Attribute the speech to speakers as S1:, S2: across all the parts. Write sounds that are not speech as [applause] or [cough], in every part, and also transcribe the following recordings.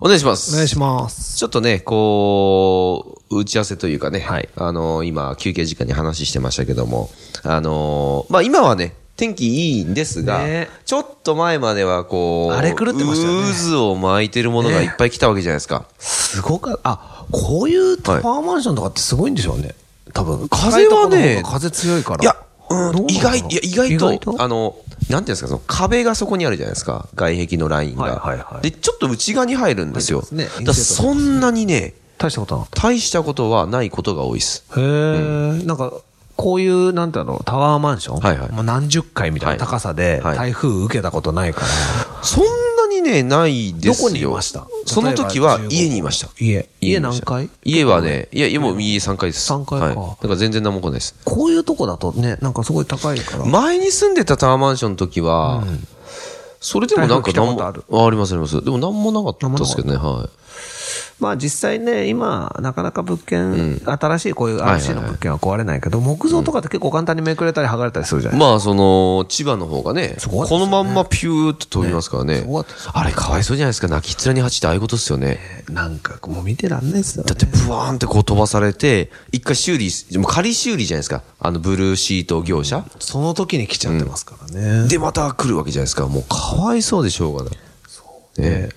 S1: お願いします。
S2: お願いします。
S1: ちょっとね、こう、打ち合わせというかね、あの、今、休憩時間に話してましたけども、あの、まあ、今はね、天気いいんですが、
S2: ね
S1: ちょっと前まではこう、
S2: 荒れ狂ってましたよね
S1: 渦を巻いてるものがいっぱい来たわけじゃないですか。
S2: すごかあ、こういうタワーマンションとかってすごいんでしょうね。多分。
S1: 風はね
S2: 高いところの方が風強いから。
S1: いや、
S2: どう
S1: うん、意外、
S2: な
S1: い
S2: んだろう
S1: や、意外と、
S2: 意外と
S1: あの、なんていうんですか、その壁がそこにあるじゃないですか、外壁のラインが。
S2: はいはいは
S1: で、
S2: い
S1: ちょっと内側に入るんですよ。
S2: 入ってますね
S1: だからそんなにね、
S2: 大したことなかっ
S1: 大したことはないことが多いです。
S2: た。へえ、なんか、こういう、なんていうの、タワーマンション
S1: はいはい
S2: もう何十回みたいな高さ
S1: はい
S2: で、
S1: はい
S2: 台風受けたことないから。
S1: そんなにね、ないですよ。
S2: どこにいました
S1: その時は家にいました。
S2: 家。
S1: 家
S2: 家
S1: にいま
S2: 何
S1: した
S2: 階
S1: 家はね、いや、家もう家3階です。
S2: 三階か
S1: はいだから全然何も来ないです。
S2: こういうとこだとね、なんかすごい高いから。
S1: 前に住んでたタワーマンションの時は、それでもなんか
S2: 台風来た
S1: 何
S2: こ
S1: も、
S2: とあ
S1: あ
S2: る
S1: ありますあります。でも何もなかったですけどね、はい。
S2: まあ実際ね、今、なかなか物件、新しいこういう RC の物件は壊れないけど、木造とかって結構簡単にめくれたり剥がれたりするじゃない
S1: まあ、その、千葉の方がね、
S2: ご
S1: こ
S2: かったですよ
S1: の
S2: ね
S1: まんまピューって飛びますからね
S2: すごかったです。
S1: あれ、かわいそうじゃないですか。泣きっ面に蜂ってああいうことですよね。
S2: なんかもう見てらんないですよね
S1: だっ。て、ブワーンってこう飛ばされて、一回修理、もう仮修理じゃないですか。あの、ブルーシート業者。
S2: その時に来ちゃってますからね。
S1: で、また来るわけじゃないですか。もう、かわいそうでしょうがない。
S2: で、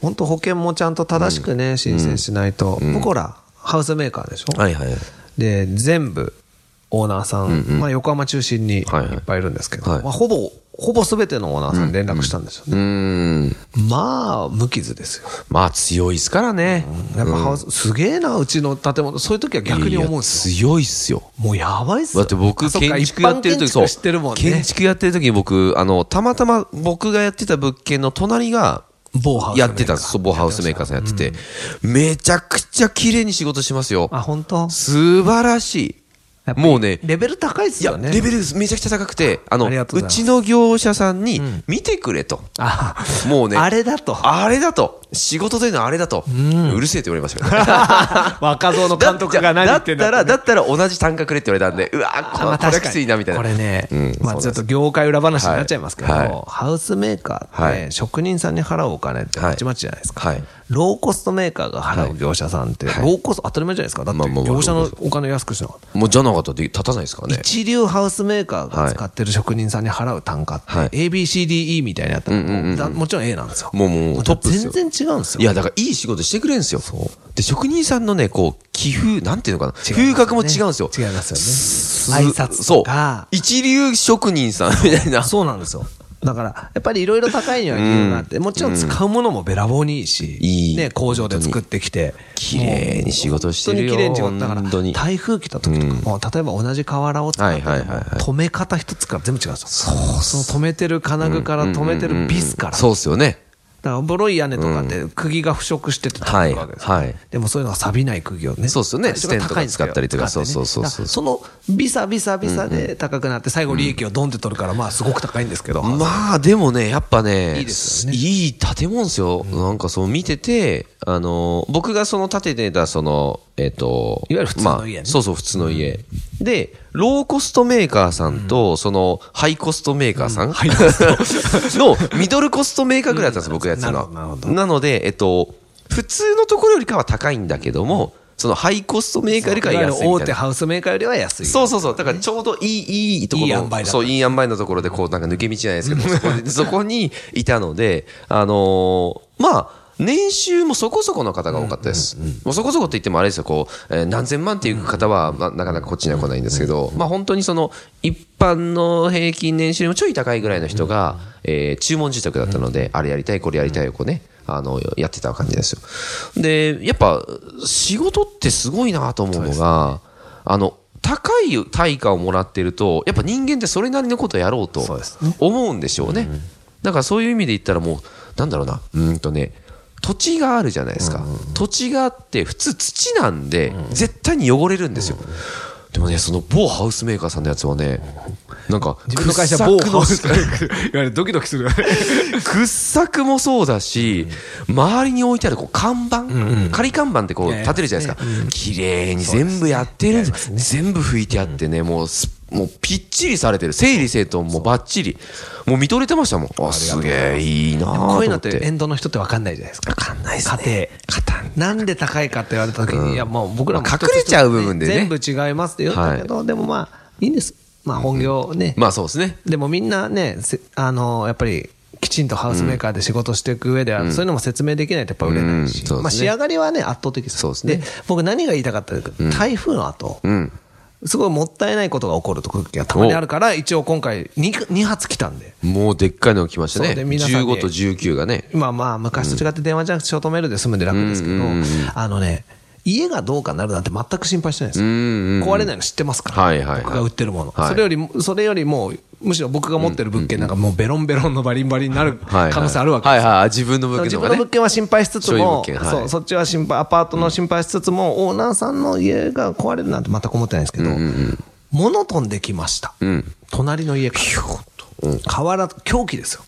S2: 本当保険もちゃんと正しくね、申請しないと。僕ほら、ハウスメーカーでしょ
S1: はいはい。
S2: で、全部、オーナーさん、まあ横浜中心にいっ
S1: はいはい
S2: ぱいいるんですけど、
S1: はい
S2: まあほぼ、ほぼ全てのオーナーさんに連絡したんですよね。
S1: うーん。
S2: まあ、無傷ですよ。
S1: まあ、強いですからね。
S2: やっぱハウス、すげえな、うちの建物。そういう時は逆に思うんです
S1: い
S2: よ
S1: や強いっすよ。
S2: もうやばいっす
S1: だ
S2: よ
S1: って僕、
S2: あそっか
S1: 建築やってる時、
S2: 一般建築知ってるもん
S1: 建
S2: ね。
S1: 築やってる時に僕、あの、たまたま僕がやってた物件の隣が、
S2: 某ハウスメ
S1: や
S2: ーカー
S1: ってたんです。そう某ハウスメーカーさんやってて。めちゃくちゃ綺麗に仕事しますよ。
S2: あ、本当。
S1: 素晴らしい。もうね、
S2: レベル高いっす
S1: いや、
S2: よね。
S1: レベルめちゃくちゃ高くて、あの、
S2: ありがと
S1: う
S2: うございます
S1: ちの業者さんに見てくれと。
S2: あ、
S1: もうね、
S2: あれだ
S1: [laughs]
S2: と。
S1: あれだと。仕事というのはあれだと。うるせえって言われました
S2: [laughs]
S1: よね。
S2: 若造の監督が何言ってんだ
S1: だだったら、だったら同じ単価くれって言われたんで、うわーこ
S2: まあ
S1: これ
S2: 確
S1: き
S2: か
S1: つい
S2: に
S1: な、みたいな。
S2: これね、
S1: うん
S2: まあちょっと業界裏話になっちゃいますけど、
S1: はいはい
S2: ハウスメーカーっ
S1: は
S2: て
S1: い
S2: 職人さんに払うお金ってまちまちじゃないですか。
S1: はい
S2: ローコストメーカーが払う業者さんって、
S1: はい
S2: ローコスト当たり前じゃないですか。だっ
S1: まあ
S2: て
S1: まあまあ
S2: 業者のお金安くしなかった。
S1: もうじゃなかったらで立たないですからね。
S2: 一流ハウスメーカーが使ってる職人さんに払う単価って、
S1: はい
S2: ABCDE みたいなやつ、だもちろん A なんですよ。
S1: もうもうトップですよ
S2: 全然違うんですよ。
S1: いや、だからいい仕事してくれるんですよ。で、職人さんのね、こう、気風、なんていうのかな、
S2: 違いますよね
S1: 風格も違うんですよ。
S2: 違いますよね。
S1: す
S2: 挨拶とか
S1: そう。一流職人さんみたいな。
S2: そうなんですよ。だから、やっぱりいろいろ高いには理由があって、もちろん使うものもべらぼうにいいし、
S1: いい
S2: ね、工場で作ってきて、
S1: 綺麗に仕事してるよ。
S2: 本当に綺麗に違ったから
S1: 本当に。
S2: 台風来た時とかも、例えば同じ瓦を使ってても、
S1: はいはいはいはい
S2: 止め方一つから全部違うんですよ。その止めてる金具から止めてるビスから、
S1: そうっすよね。
S2: だからボロい屋根とかって釘が腐食してて高いわけですよ、
S1: はいはい
S2: でもそういうのが錆びない釘をね
S1: そうっすよね
S2: 最初から高いんです
S1: ステンとか使
S2: よ
S1: ったりとか
S2: 使ってね
S1: そうそうそう
S2: だか
S1: そう
S2: らそのビサビサビサで高くなって最後利益をドンって取るからまあすごく高いんですけど、
S1: まあ、でもね、やっぱね、
S2: いいですよね
S1: いい建物ですよ。なんかそう見てて、あの、僕がその建ててた、その、えっ、と、
S2: いわゆる普通の家ね
S1: まあそうそう、普通の家。で、ローコストメーカーさんと、その、ハイコストメーカーさん、 [laughs] の、ミドルコストメーカーぐらいだったんです、
S2: [laughs]
S1: 僕がやってたのは
S2: なるほどなるほ
S1: なので、えっと、普通のところよりかは高いんだけども、そのハイコストメーカーよりかは安いみたいな。
S2: 大手ハウスメーカーよりは安い
S1: そうそうそう。だからちょうどいい、いいところ。
S2: いい塩梅だった
S1: そう、いい塩梅のところで、こう、なんか抜け道じゃないですけ [laughs] ど、そこでそこにいたので、あのーまあ、年収もそこそこの方が多かったです。もうそこそこって言ってもあれですよ、こう、えー何千万っていう方は、まあ、なかなかこっちには来ないんですけど、まあ本当にその、一般の平均年収よりもちょい高いぐらいの人が、えー注文住宅だったので、あれやりたい、これやりたいをこうね、あの、やってた感じですよ。で、やっぱ、仕事ってすごいなと思うのが、あの、高い対価をもらってると、やっぱ人間ってそれなりのことをやろうと
S2: そうです
S1: 思うんでしょうね。だからそういう意味で言ったらもう、なんだろうな、うーんとね、土地があるじゃないですか。土地があって、普通土なんで、絶対に汚れるんですよ。でもね、その某ハウスメーカーさんのやつはね、なんか、
S2: 自分の会社
S1: 掘
S2: 某
S1: 削の
S2: ハウスメーカ
S1: [laughs]
S2: ーいわゆるドキドキするよね
S1: 掘削もそうだし、周りに置いてあるこう看板、仮看板ってこう
S2: いやいや
S1: 立てるじゃないですか、綺麗に全部やってるんです、全部拭いてあってね、もうす、もうぴっちりされてる、整理整頓もばっちり、もう見とれてましたもん、あすげえいいなあと
S2: [laughs] こう
S1: 思
S2: いうの
S1: っ
S2: ってエ
S1: て。
S2: ンドの人って分かんないじゃないですか。分かんないですね。
S1: 硬い
S2: なんで高いかって言われた時に、いやもう僕らも
S1: まあ隠れちゃう部分でね
S2: 全部違いますって言ったけど、でもまあ、いいんです。まあ本業ね。
S1: まあそうですね。
S2: でもみんなね、せあの、やっぱり、きちんとハウスメーカーで仕事していく上では、そういうのも説明できないとやっぱ売れないし、
S1: うんそうですね
S2: まあ仕上がりはね、圧倒的です。
S1: そうですね
S2: 僕何が言いたかったか、台風の後、
S1: うん。
S2: すごいもったいないことが起こる時がたまにあるから、一応今回2、2発来たんで。
S1: もうでっかいのが来ましたね。
S2: そうで皆さんに
S1: 15と19がね。
S2: まあまあ、昔と違って電話じゃなくてショートメールで済むんで楽ですけど、あのね、家がどうかなるなんて全く心配してないですよ。
S1: うんうん
S2: 壊れないの知ってますから、
S1: はいはいはい
S2: 僕が売ってるもの。
S1: はい
S2: それよりも、それよりも、むしろ僕が持ってる物件なんかもうベロンベロンのバリンバリンになる
S1: はい。
S2: 可能性あるわけ
S1: は
S2: で
S1: い
S2: すよ。
S1: はい。自分の物件
S2: 自
S1: と
S2: 分
S1: か
S2: の
S1: ね
S2: 物。件は心配しつつ
S1: 所有物
S2: も、
S1: 件はい
S2: そうそっちは心配アパートの心配しつつも、オーナーさんの家が壊れるなんて全く思ってないんですけど、物飛んできました、
S1: ん
S2: 隣の家から、瓦凶器ですよ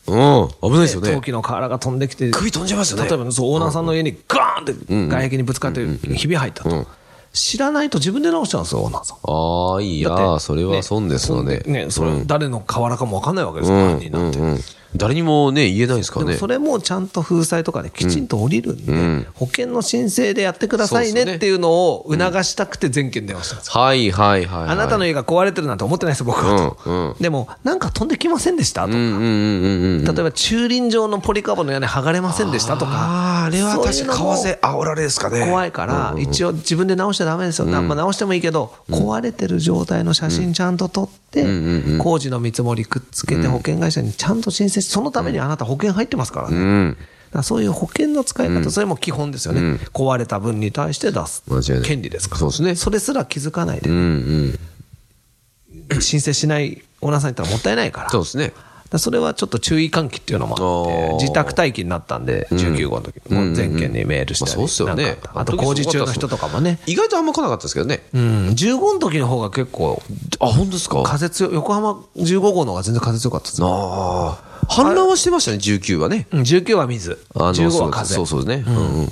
S1: うん。危ないですよ
S2: 陶
S1: ね。
S2: 器の瓦が飛んできて、
S1: 首飛んじゃいますよね
S2: 例えばそうオーナーさんの家にガーンって外壁にぶつかって、ひび入ったと、知らないと自分で直しちゃうんですよ、オーナーさん。
S1: ああ、い
S2: だって
S1: や、それは損ですよね
S2: そん。ね、それ誰の瓦かも分かんないわけです
S1: う
S2: よ、
S1: ん
S2: 犯人なんて。
S1: うんうん誰にもね、言えないですから
S2: でも
S1: ね。
S2: それもちゃんと風災とかできちんと降りるんで、保険の申請でやってください
S1: そうです
S2: ね
S1: ね
S2: っていうのを促したくて全件電話したんですよ。
S1: はいはいはいはい。
S2: あなたの家が壊れてるなんて思ってないです、僕はと。
S1: うんう
S2: でも、なんか飛んできませんでしたとか、
S1: うんうんうんうん。
S2: 例えば駐輪場のポリカーボンの屋根剥がれませんでしたとか。
S1: あーあれは
S2: そうい
S1: 確
S2: う
S1: か
S2: のも
S1: 為替あおられですかね。
S2: 怖いから、一応自分で直しちゃダメですよ。なまあ直してもいいけど、壊れてる状態の写真ちゃんと撮って、工事の見積もりくっつけて保険会社にちゃんと申請し、そのためにあなた保険入ってますからね。
S1: うん。
S2: だからそういう保険の使い方、それも基本ですよね、壊れた分に対して出す
S1: 間違いない
S2: 権利ですから、
S1: そうですね
S2: れすら気づかないで、
S1: うんうん。
S2: 申請しないオーナーさんに言ったらもったいないから、
S1: そうですね。
S2: だからそれはちょっと注意喚起っていうのもあって
S1: あー、
S2: 自宅待機になったんで、19号の時、もう全県にメールした
S1: まあ
S2: り、
S1: そうっすよね
S2: なんかあと工事中の人とかもね、
S1: 意外とあんま来なかったですけどね。
S2: うん、15の時の方が結構、
S1: あ、本当ですかあ
S2: 風強い、横浜15号の方が全然風強かったです。
S1: あ。反乱はしてましたね、19はね。
S2: うん19は水、
S1: あの
S2: 15は風。
S1: そうそうそうですね。うんうん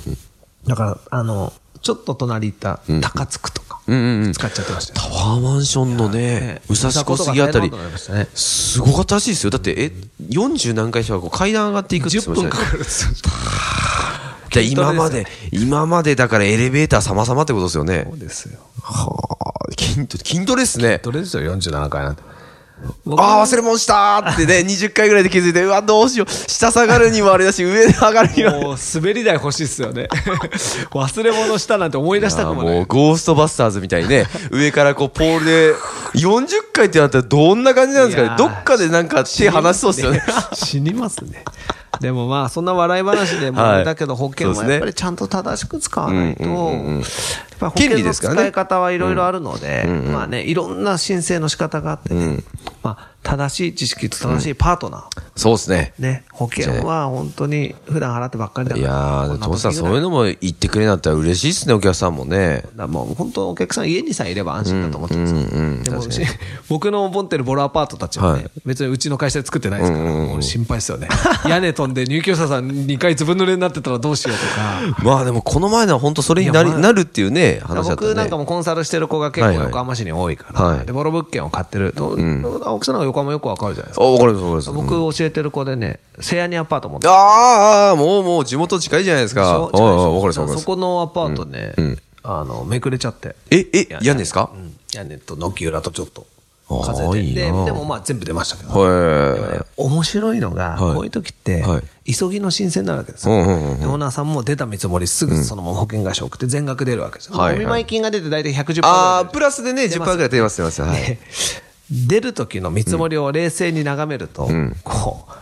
S2: だから、あの、ちょっと隣行った高津区とか、
S1: うんうんうん
S2: 使っちゃってましたよ
S1: タワーマンションのね、武蔵小杉あたり
S2: そんなことが大変なことになりましたね、
S1: すごかったらしいですよ。だって、え、40何回しかこう階段上がっていくって言って
S2: 10
S1: ました
S2: 分
S1: ね。
S2: かかるんですよ
S1: じゃあ今まで、今までだからエレベーター様々ってことですよね。
S2: そうですよ。
S1: はあ、筋トレ、筋トレですね。
S2: どれですよ、47回なんて。
S1: ああ、忘れ物したーってね、20回ぐら
S2: [laughs]
S1: いで気づいて、うわ、どうしよう。下下がるにもあれだし、上で上がるにもあれだし。
S2: もう滑り台欲しいっすよね。 [laughs] 忘れ物したなんて思い出した
S1: あ
S2: く
S1: ー
S2: [laughs] も
S1: も
S2: な
S1: う
S2: い。
S1: ゴーストバスターズみたいにね、上からこうポールで、40回ってなったらどんな感じなんですか
S2: いや
S1: ね
S2: ー
S1: どっかでなんか手離しそうですよね。 [laughs]
S2: 死にますね。でもまあ、そんな笑い話でも
S1: はい
S2: あれだけど、保険
S1: そうです
S2: は
S1: ね
S2: やっぱりちゃんと正しく使わないと、
S1: うんうんうんうん
S2: やっぱり保険
S1: 権利で
S2: の
S1: すからね
S2: 使い方はいろいろあるので、まあね、いろんな申請の仕方があってね、まあ、正しい知識と正しいパートナー、
S1: そうですね。
S2: ね、保険は本当に普段払ってばっかりだ
S1: い
S2: から。
S1: や
S2: こ
S1: ー、
S2: んな
S1: トムさん
S2: 時ぐ
S1: そ
S2: ら
S1: ういうのも言ってくれなったら嬉しいですね、お客さんも
S2: [laughs]
S1: ね。
S2: だからもう本当お客さん家にさえいれば安心だと思ってます、でもし [laughs] 僕の持ってるボロアパートたちは
S1: は
S2: ね、
S1: い
S2: 別にうちの会社で作ってないですから、もう心配ですよね [laughs] 屋根飛んで入居者さん2回ずぶ濡れになってたらどうしようとか。
S1: まあでもこの前のは本当それになり、
S2: いやまあ
S1: なるっていうね、話だったね。
S2: 僕なんかもコンサルしてる子が結
S1: は
S2: 構
S1: いはい
S2: 横浜市に多いから、
S1: はい
S2: でボロ物件を買ってる、と奥さんの方が横浜よくわかるじゃないですか、
S1: あ、わかりますわかります。
S2: 僕教えてる子でねセアニアパート持ってる
S1: あーあー、もうもう地元近いじゃないです
S2: でし
S1: か。
S2: ょ
S1: ああ、わかりますわかりま
S2: そ
S1: す。
S2: このアパートね、あのめくれちゃって
S1: え、え、屋根ですか
S2: うん屋根と軒裏とちょっと
S1: あ
S2: 風
S1: ー
S2: で
S1: いい
S2: でで
S1: な
S2: もまあ全部出ましたけど、
S1: は
S2: 面白いのが、
S1: はい
S2: こういう時って、
S1: は
S2: 急ぎの申請になるわけですよ、
S1: うんうんうんうん
S2: でオーナーさんも出た見積もりすぐそのまま保険会社送って全額出るわけですよ、
S1: はいはい
S2: お見舞い金が出て大体110%ぐらい
S1: い。ああ、プラスでね、10%ぐらい出ます、出ます。
S2: [laughs]
S1: はい。
S2: で出る時の見積もりを冷静に眺めると、こう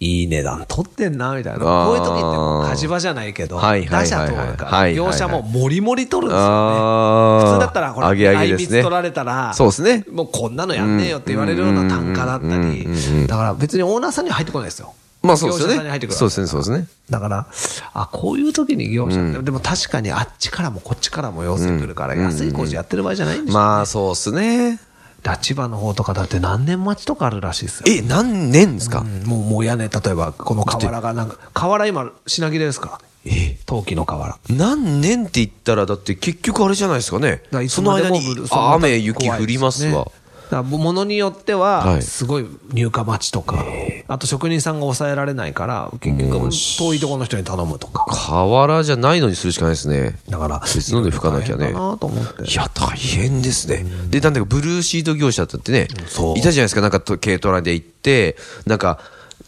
S2: いい値段取ってんなみたいな
S1: あー
S2: こういう時ってもう火事場じゃないけど、
S1: はいはいはいはい
S2: 打者通るか
S1: は
S2: ら
S1: いはいはい
S2: 業者ももりもり取るんですよね、
S1: ああ。
S2: 普通だったら、ほら、
S1: 上げ上げ
S2: 相
S1: です
S2: 密
S1: ね。
S2: 取られたら、
S1: そうですね。
S2: もうこんなのやんねえよって言われるような単価だったり、だから別にオーナーさんには入ってこないですよ。
S1: まあそうですよ
S2: 業者さんに入って
S1: ね。
S2: くる
S1: そうですね、そうですね。
S2: だから、あ、こういう時に業者、でも確かにあっちからもこっちからも要請来るから、安い工事やってる場合じゃないんでしょ。
S1: まあそうですね。
S2: 立ち場の方とかだって何年待ちとかあるらしいですよ。
S1: え、何年ですか
S2: うんもう、もう屋根、例えば、この瓦がなんか、瓦今、品切れですからね。陶器の瓦。
S1: 何年って言ったら、だって結局あれじゃないですかね。
S2: だからいつ
S1: その
S2: まで
S1: 間
S2: も
S1: に
S2: 降る、そ
S1: あ
S2: の
S1: 雨、雪降ります
S2: 怖
S1: わ
S2: い。ですねだからものによって
S1: は
S2: は、
S1: い
S2: すごい入荷待ちとか、あと職人さんが抑えられないから、結局遠いところの人に頼むとか。
S1: 瓦じゃないのにするしかないですね。
S2: だから、
S1: 別ので拭かなきゃね
S2: 大変だなと思って。
S1: いや、大変ですね。で、なんだかブルーシート業者だってね、
S2: そう
S1: いたじゃないですか、なんかと軽トラで行って、なんか、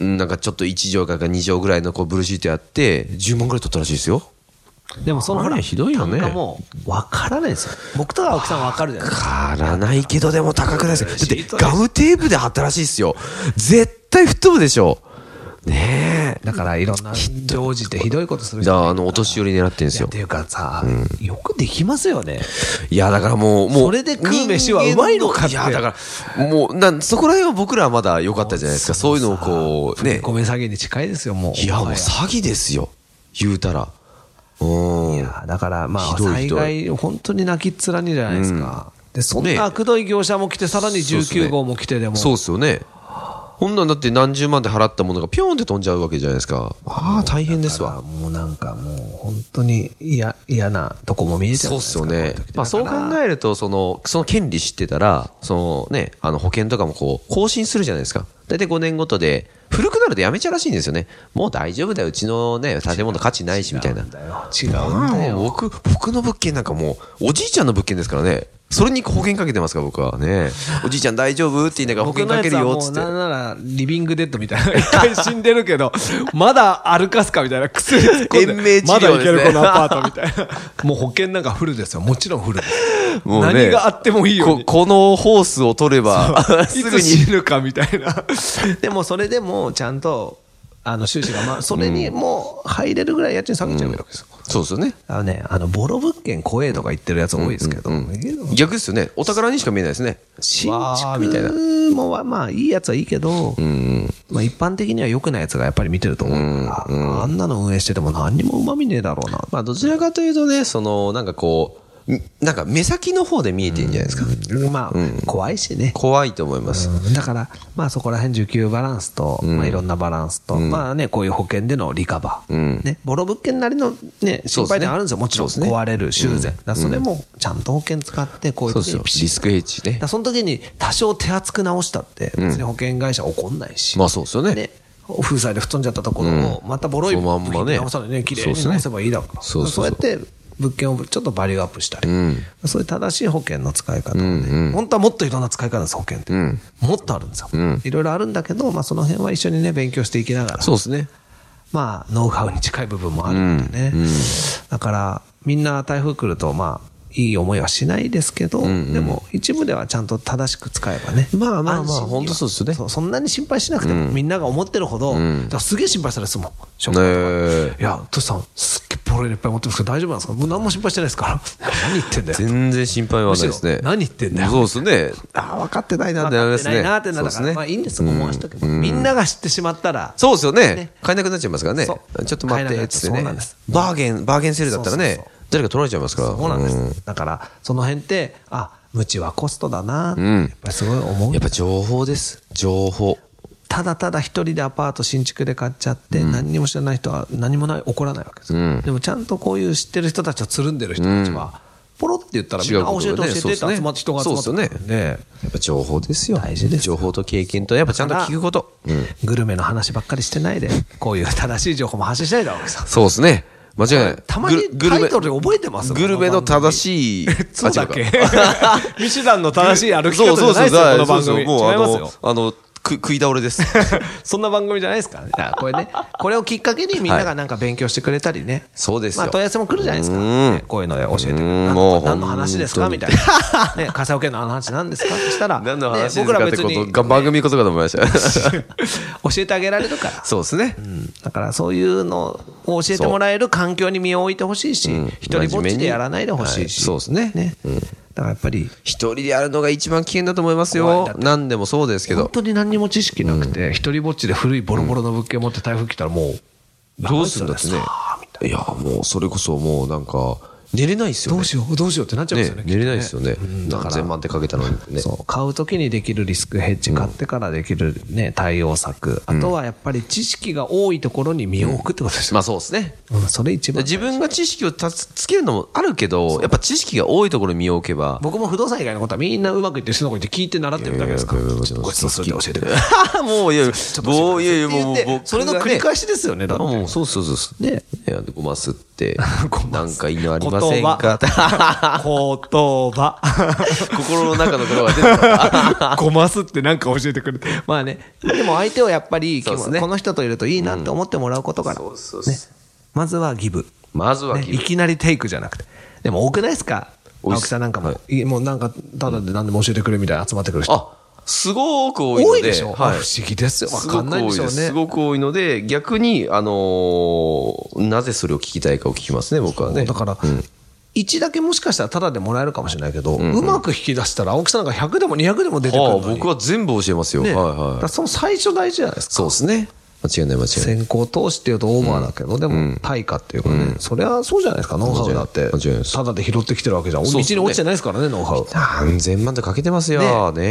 S1: うんなんかちょっと1畳か2畳ぐらいのこうブルーシートやって、10万ぐらい取ったらしいですよ。
S2: でもその
S1: あれ
S2: ほら、
S1: ひどいよね
S2: 単価もう、わからないですよ。僕とか奥さんわかるじゃないですか。
S1: からないけど、でも高くない [laughs] ですか。だっ
S2: シ
S1: て
S2: ート、です
S1: ガムテープで貼ったらしいですよ。絶対吹っ飛ぶでしょ。ねえ。
S2: だからいろんな常時ってひどいことする
S1: だからあの、お年寄り狙ってるんです
S2: よ。
S1: よ
S2: って。いうかさ、よくできますよね。
S1: いや、だからもう、もう。
S2: それで食う飯はうまいのかって
S1: 人間いや、だから、もう、なん、そこら辺は僕らはまだ良かったじゃないですか。そういうのをこう、ね。
S2: 米詐欺に近いですよ、もう。
S1: いや、もう
S2: もは
S1: 詐欺ですよ。言うたら。うん。
S2: いや、だからまあ、
S1: ひどい
S2: 災
S1: ひどい
S2: 害、本当に泣きっ面にじゃないですか。で、そん
S1: ね
S2: なくどい業者も来て、さらに
S1: そうっすね
S2: 19号も来てでも。
S1: そうっすよね。こんなんだって何十万で払ったものがピョーンって飛んじゃうわけじゃないですか。ああ、大変ですわ。
S2: もうなんかもう本当に嫌、嫌なとこも見えちゃう
S1: そうっすよね。まあそう考
S2: え
S1: えると、その、その権利知ってたら、そのね、あの保険とかもこう、更新するじゃないですか。大体5年ごとで、古くなるとやめちゃうらしいんですよね。もう大丈夫だよ、うちのね、建物価値ないし、みたいな。
S2: 違うんだよ。
S1: もう僕、僕の物件なんかもう、おじいちゃんの物件ですからね。それに保険かけてますから、僕はね。おじいちゃん大丈夫って言いながら保険かけるよ、っつって
S2: 僕のやつはもう。なんなら、リビングデッドみたいな。一回死んでるけど、 [laughs] まだ歩かすかみたいな。薬突っ込んで
S1: 延命治療
S2: まだいける
S1: ですね
S2: このアパートみたいな。 [laughs] もう保険なんかフルですよ。もちろんフルです。
S1: もうね
S2: 何があってもいいよう
S1: こ
S2: に。
S1: このホースを取れ
S2: [laughs]
S1: ば、 [laughs] す
S2: い
S1: ぐ
S2: つ
S1: に。
S2: 死ぬかみたいな。でもそれでもちゃんと、あの、収支が、まあ、それにもう入れるぐらい家賃下げちゃうわけですよ。
S1: そうですよね。
S2: あのね、あの、ボロ物件怖えとか言ってるやつ多いですけど、
S1: 逆ですよね。お宝にしか見えないですね。
S2: 新
S1: わーみたいな。
S2: 築もはまあいいやつはいいけど、まあ、一般的には良くないやつがやっぱり見てると思うから、あんなの運営してても何にもうまみねえだろうな。
S1: まあ、どちらかというとね、その、なんかこう、んなんか目先の方で見えてるんじゃないですか。
S2: まあ、怖いしね。
S1: 怖いと思います。
S2: だから、まあそこら辺需給バランスと、まあいろんなバランスと、まあね、こういう保険でのリカバー。ね、ボロ物件なりのね、心配点あるんですよ。もちろん
S1: そうですね
S2: 壊れる、修繕。だからそれもちゃんと保険使って、こういう
S1: そう
S2: 時
S1: です
S2: に
S1: よ。
S2: ピシッ
S1: リスクヘッジ
S2: だ
S1: ね
S2: か。らその時に多少手厚く直したって、別に保険会社怒んないし、
S1: まあそうですよね
S2: ね風災で吹っ飛んじゃったところを、またボロい
S1: そのま
S2: 部
S1: んまね
S2: 品直さないね、綺麗に直せばいいだから、
S1: そうですねそうそうそう
S2: やって物件をちょっとバリューアップしたり、そういう正しい保険の使い方をね、本当はもっといろんな使い方です、保険って、もっとあるんですよ、いろいろあるんだけど、まあ、その辺は一緒にね、勉強していきながら、
S1: そうですね。
S2: まあ、ノウハウに近い部分もあるんでね。だから、みんな台風来ると、まあ、いい思いはしないですけど、でも、一部ではちゃんと正しく使えばね。
S1: まあまあまあ
S2: 安心には
S1: 本当そうですよね
S2: そんなに心配しなくても、みんなが思ってるほど、だからすげえ心配したですもん。ショッ
S1: ね
S2: ク
S1: え
S2: いや、トシさん、すっげえボロいのいっぱい持ってますけど、大丈夫なんですかもう何も心配してないですから。何言ってんだよ。
S1: 全然心配はないです
S2: む
S1: ね
S2: し。ろ何言ってんだよ
S1: そうですね。ああ、分かってないなってなりま
S2: 分かっ
S1: す
S2: て
S1: ね。
S2: ないなってな
S1: そうで
S2: るか
S1: す
S2: ら、
S1: ね
S2: まあいいんです、思わしとけば。みんなが知ってしまったら、
S1: そうですよね
S2: ね。
S1: 買えなくなっちゃいますからね
S2: そ。う
S1: ちょっと待って、つって
S2: 買
S1: ね
S2: えなくなっちゃうそうなんです。
S1: バーゲン、バーゲンセールだったら
S2: そう
S1: ね
S2: そう、
S1: 誰か取られちゃいますから。
S2: そうなんです。
S1: うん
S2: だから、その辺って、あ、無知はコストだな、って
S1: ん
S2: やっぱりすごい思う。
S1: やっぱ情報です。情報。
S2: ただただ一人でアパート新築で買っちゃって、何にも知らない人は何もない、怒らないわけですよ、でもちゃんとこういう知ってる人たちをつるんでる人たちは、ポロって言ったらみん
S1: 違
S2: な
S1: う
S2: あ
S1: こ
S2: 教え
S1: と
S2: て
S1: がね
S2: 教えてっ
S1: そうで
S2: て
S1: すね
S2: 集まって人が集まって
S1: そうですよ
S2: ね
S1: やっぱ情報ですよ。
S2: 大事です
S1: 情報と経験と、やっぱちゃんと聞くこと。
S2: グルメの話ばっかりしてないで、こういう正しい情報も発信しないだろうけさ。
S1: そうですね。間違いない。
S2: たまに
S1: グルグルメ
S2: タイトル覚えてます
S1: グルメの正
S2: い。
S1: しい。
S2: そ
S1: [laughs]
S2: うだっ
S1: あ
S2: け
S1: 違
S2: [laughs] ミシュランの正しい歩き
S1: そう
S2: 方じ
S1: そ
S2: ゃ
S1: う
S2: ない
S1: そう。
S2: です
S1: そ
S2: よ、この番
S1: うそう
S2: 組。違い
S1: も
S2: ま
S1: うあ
S2: すよ
S1: の。、あの、く食い倒れです。
S2: そんな番組じゃないですからね。だからこれね、これをきっかけにみんながなんか勉強してくれたりね。
S1: そうですよ
S2: まあ問い合わせも来るじゃないですか。
S1: うん
S2: ねこういうので教えてくれ
S1: うん
S2: る。なん
S1: もう
S2: 何の話ですか
S1: 本当
S2: み
S1: に
S2: たいな。ね、火災保険のあの話何ですかってしたら、
S1: 何の話
S2: ね
S1: です
S2: 僕
S1: からって
S2: 別
S1: こ
S2: に
S1: と、が番組ことかと思いました。
S2: 教えてあげられるか
S1: [laughs]
S2: ら。
S1: そうですね。
S2: だからそういうのを教えてもらえる環境に身を置いてほしいし、一人ぼっちでやらないでほしいし。
S1: はいそうですね
S2: ね。だからやっぱり、
S1: 一人でやるのが一番危険だと思いますよ。何でもそうですけ
S2: 本
S1: ど。
S2: 当に何にも知識なくて、一人ぼっちで古いボロボロの物件持って台風来たらもう、
S1: どうするんだってね
S2: さあみたい。
S1: いや、もうそれこそもうなんか、寝れないですよ
S2: など
S1: ね
S2: う。しよう、どうしようってなっちゃうんです
S1: ね
S2: よね。、
S1: 寝れないですよね
S2: きっとうん。だか
S1: 何
S2: ら
S1: 千万ってかけたのにね。
S2: そう買うときにできるリスクヘッジ、買ってからできる、ね、対応策、あとはやっぱり知識が多いところに身を置くってことですよ、
S1: まあそうですね。
S2: うんそれ一番
S1: 自分が知識をたつつけるのもあるけど、やっぱ知識が多いところに身を置けば、
S2: 僕も不動産以外のことはみんなうまくいってる人の声って聞いて習ってるだけですから、
S1: いやいやいや
S2: ちょっとごちそうするで教えてくれ
S1: [laughs] もういやいや、もういやいや、もう
S2: で、
S1: 僕
S2: それの繰
S1: が
S2: り
S1: ね
S2: 返しですよね、だっ
S1: あ
S2: て。
S1: もうそうそうそうそう。
S2: ね
S1: いや、ごます [laughs] って、
S2: ごま
S1: な
S2: す
S1: んかいいのあり
S2: 言
S1: ませんか
S2: 葉。言葉。
S1: [laughs] 心の中の言葉が出てくる
S2: ごますってなんか教えてくれて。まあね。でも相手をやっぱり、
S1: そうですね
S2: この人といるといいなって思ってもらうことから。
S1: そうそうそう
S2: ねまずはギブ。
S1: まずは
S2: ね
S1: 君
S2: いきなりテイクじゃなくて。でも多くないですか
S1: 多いっ
S2: 青
S1: す
S2: 木さんなんかも。いもうなんか、ただで何でも教えてくれみたいな集まってくる人。
S1: あ、すごく多いの
S2: 多
S1: で。
S2: いでしょ不
S1: はい。
S2: 思議ですよ。わかんないでしょうね。
S1: すごく多いですすごく多いので、逆に、あのーなぜそれを聞きたいかを聞きますね、僕はね。
S2: だから、1だけもしかしたらタダでもらえるかもしれないけど、うまく引き出したら青木さんなんか100でも200でも出てくる
S1: は
S2: の
S1: あ、
S2: に、
S1: 僕は全部教えますよ。
S2: ね
S1: はい
S2: だか
S1: は
S2: ら
S1: い。
S2: その最初大事じゃないですか。
S1: そうですね。間違いない間違いない。
S2: 先行投資っていうとオーバーだけど、でも対価っていうかね、それはそうじゃないですか、ノウハウだっ
S1: 間違
S2: て
S1: いないで。す
S2: タダで拾ってきてるわけじゃん。
S1: そう
S2: 道
S1: ですね
S2: に落ちてないですからね、ノウハウ。
S1: 何千万とかけてますよ。ね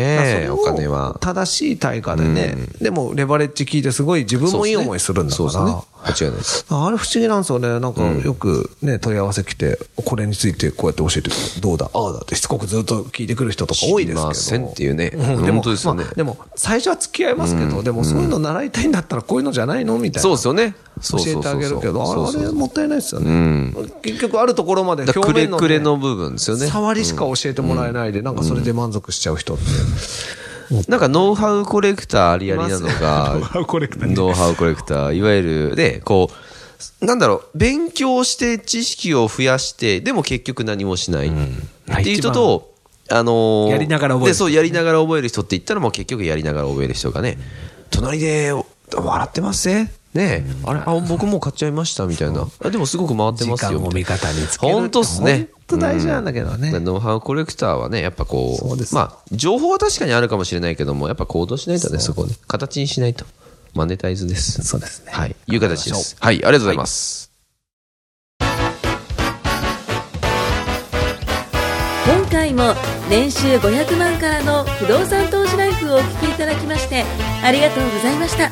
S1: え、お金は。
S2: 正しい対価でね、でもレバレッジ聞いてすごい自分もいい思いするんだか
S1: そう
S2: ら。
S1: ですね。間違いないです。
S2: あれ不思議なんですよね。なんかよくね、問い合わせ来て、これについてこうやって教えてくれどうだ、ああだってしつこくずっと聞いてくる人とか多いです
S1: 知
S2: けど。
S1: りませんっていうね
S2: ん
S1: 本当ですよね
S2: まあでも、最初は付き合いますけど、でもそういうの習いたいんだったらこういうのじゃないのみたいな。
S1: そうですよね。そ
S2: 教
S1: うそう
S2: え
S1: そうそ
S2: て
S1: う
S2: あげるけど、あ
S1: そう
S2: れ
S1: そう
S2: あ
S1: そ
S2: れ
S1: う
S2: もったいないですよね。結局あるところまで
S1: だか
S2: 表
S1: らくれ
S2: 面のね
S1: くれの部分ですよね。
S2: 触りしか教えてもらえないで、なんかそれで満足しちゃう人って。
S1: なんか、ノウハウコレクターありありなのが、
S2: いますノウハウコレクターね
S1: ノウハウコレクターいわゆる、で、こう、なんだろう、勉強して知識を増やして、でも結局何もしない。っていう人と、あのー
S2: やりながら覚える
S1: で、そう、やりながら覚える人って言ったらもう結局やりながら覚える人がね、隣でお笑ってますね。ねえあれ、あ、僕もう買っちゃいましたみたいな。あでもすごく回ってますよ。
S2: 時間を味方につけるって
S1: 本当っすね。
S2: 本当大事なんだけどね
S1: うんノウハウコレクターはね、やっぱこう、
S2: そうです
S1: まあ、情報は確かにあるかもしれないけども、やっぱ行動しないとね、そこね、形にしないと。マネタイズです。
S2: そうですね
S1: はい。いう形です。はい、ありがとうございます。
S3: 今回も年収500万からの不動産投資ライフをお聞きいただきましてありがとうございました